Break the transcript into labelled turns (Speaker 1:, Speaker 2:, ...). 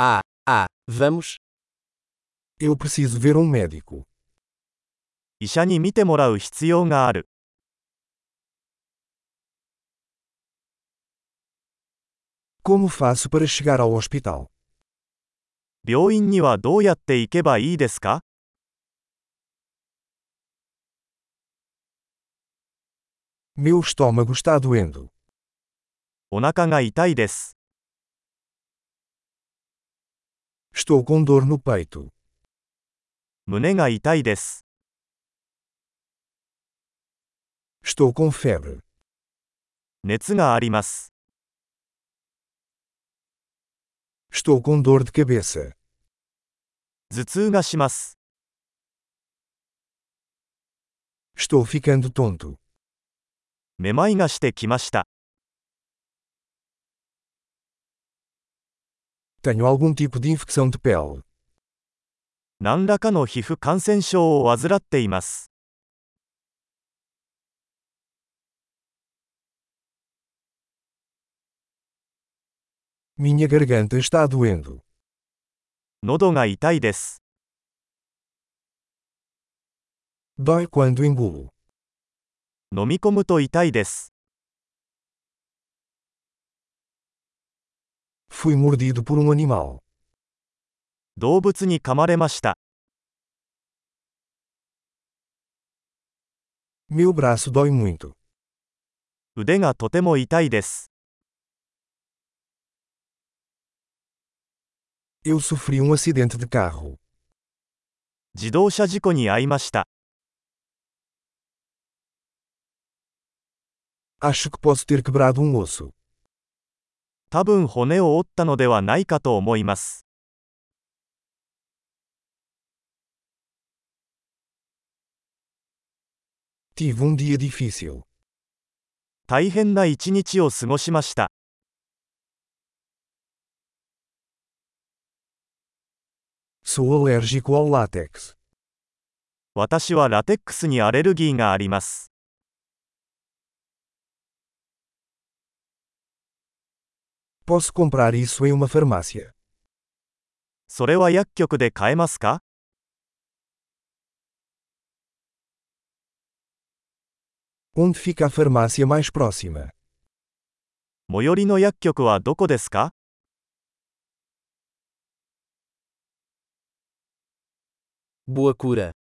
Speaker 1: Ah, ah, vamos.
Speaker 2: Eu preciso ver um médico.
Speaker 3: 医者に診てもらう必要がある
Speaker 2: Como faço para chegar ao hospital?
Speaker 3: 病院にはどうやって行けばいいですか
Speaker 2: Meu estômago está doendo.
Speaker 3: お腹が痛いです
Speaker 2: Estou com dor no peito.
Speaker 3: 胸が痛いです
Speaker 2: Estou com febre.
Speaker 3: 熱があります
Speaker 2: Estou com dor de cabeça.
Speaker 3: 頭痛がします
Speaker 2: Estou ficando tonto.
Speaker 3: めまいがしてきました
Speaker 2: Tenho algum tipo de infecção de pele.
Speaker 3: 何らかの皮膚感染症を患っています
Speaker 2: Minha garganta está doendo.
Speaker 3: 喉が痛いです
Speaker 2: Dói quando engulo.
Speaker 3: 飲み込むと痛いです
Speaker 2: Fui mordido por um animal.
Speaker 3: 動物に噛まれました
Speaker 2: Meu braço dói muito.
Speaker 3: 腕がとても痛いです
Speaker 2: Eu sofri um acidente de carro.
Speaker 3: 自動車事故に遭いました
Speaker 2: Acho que posso ter quebrado um osso.
Speaker 3: 多分骨を折ったのではないかと思います
Speaker 2: Tive um dia difícil.
Speaker 3: 大変な一日を過ごしました
Speaker 2: Sou alérgico ao látex.
Speaker 3: 私はラテックスにアレルギーがあります
Speaker 2: Posso comprar isso em uma farmácia.
Speaker 3: それは薬局で買えますか
Speaker 2: Onde fica a farmácia mais próxima?
Speaker 3: 最寄りの薬局はどこですか
Speaker 1: Boa cura.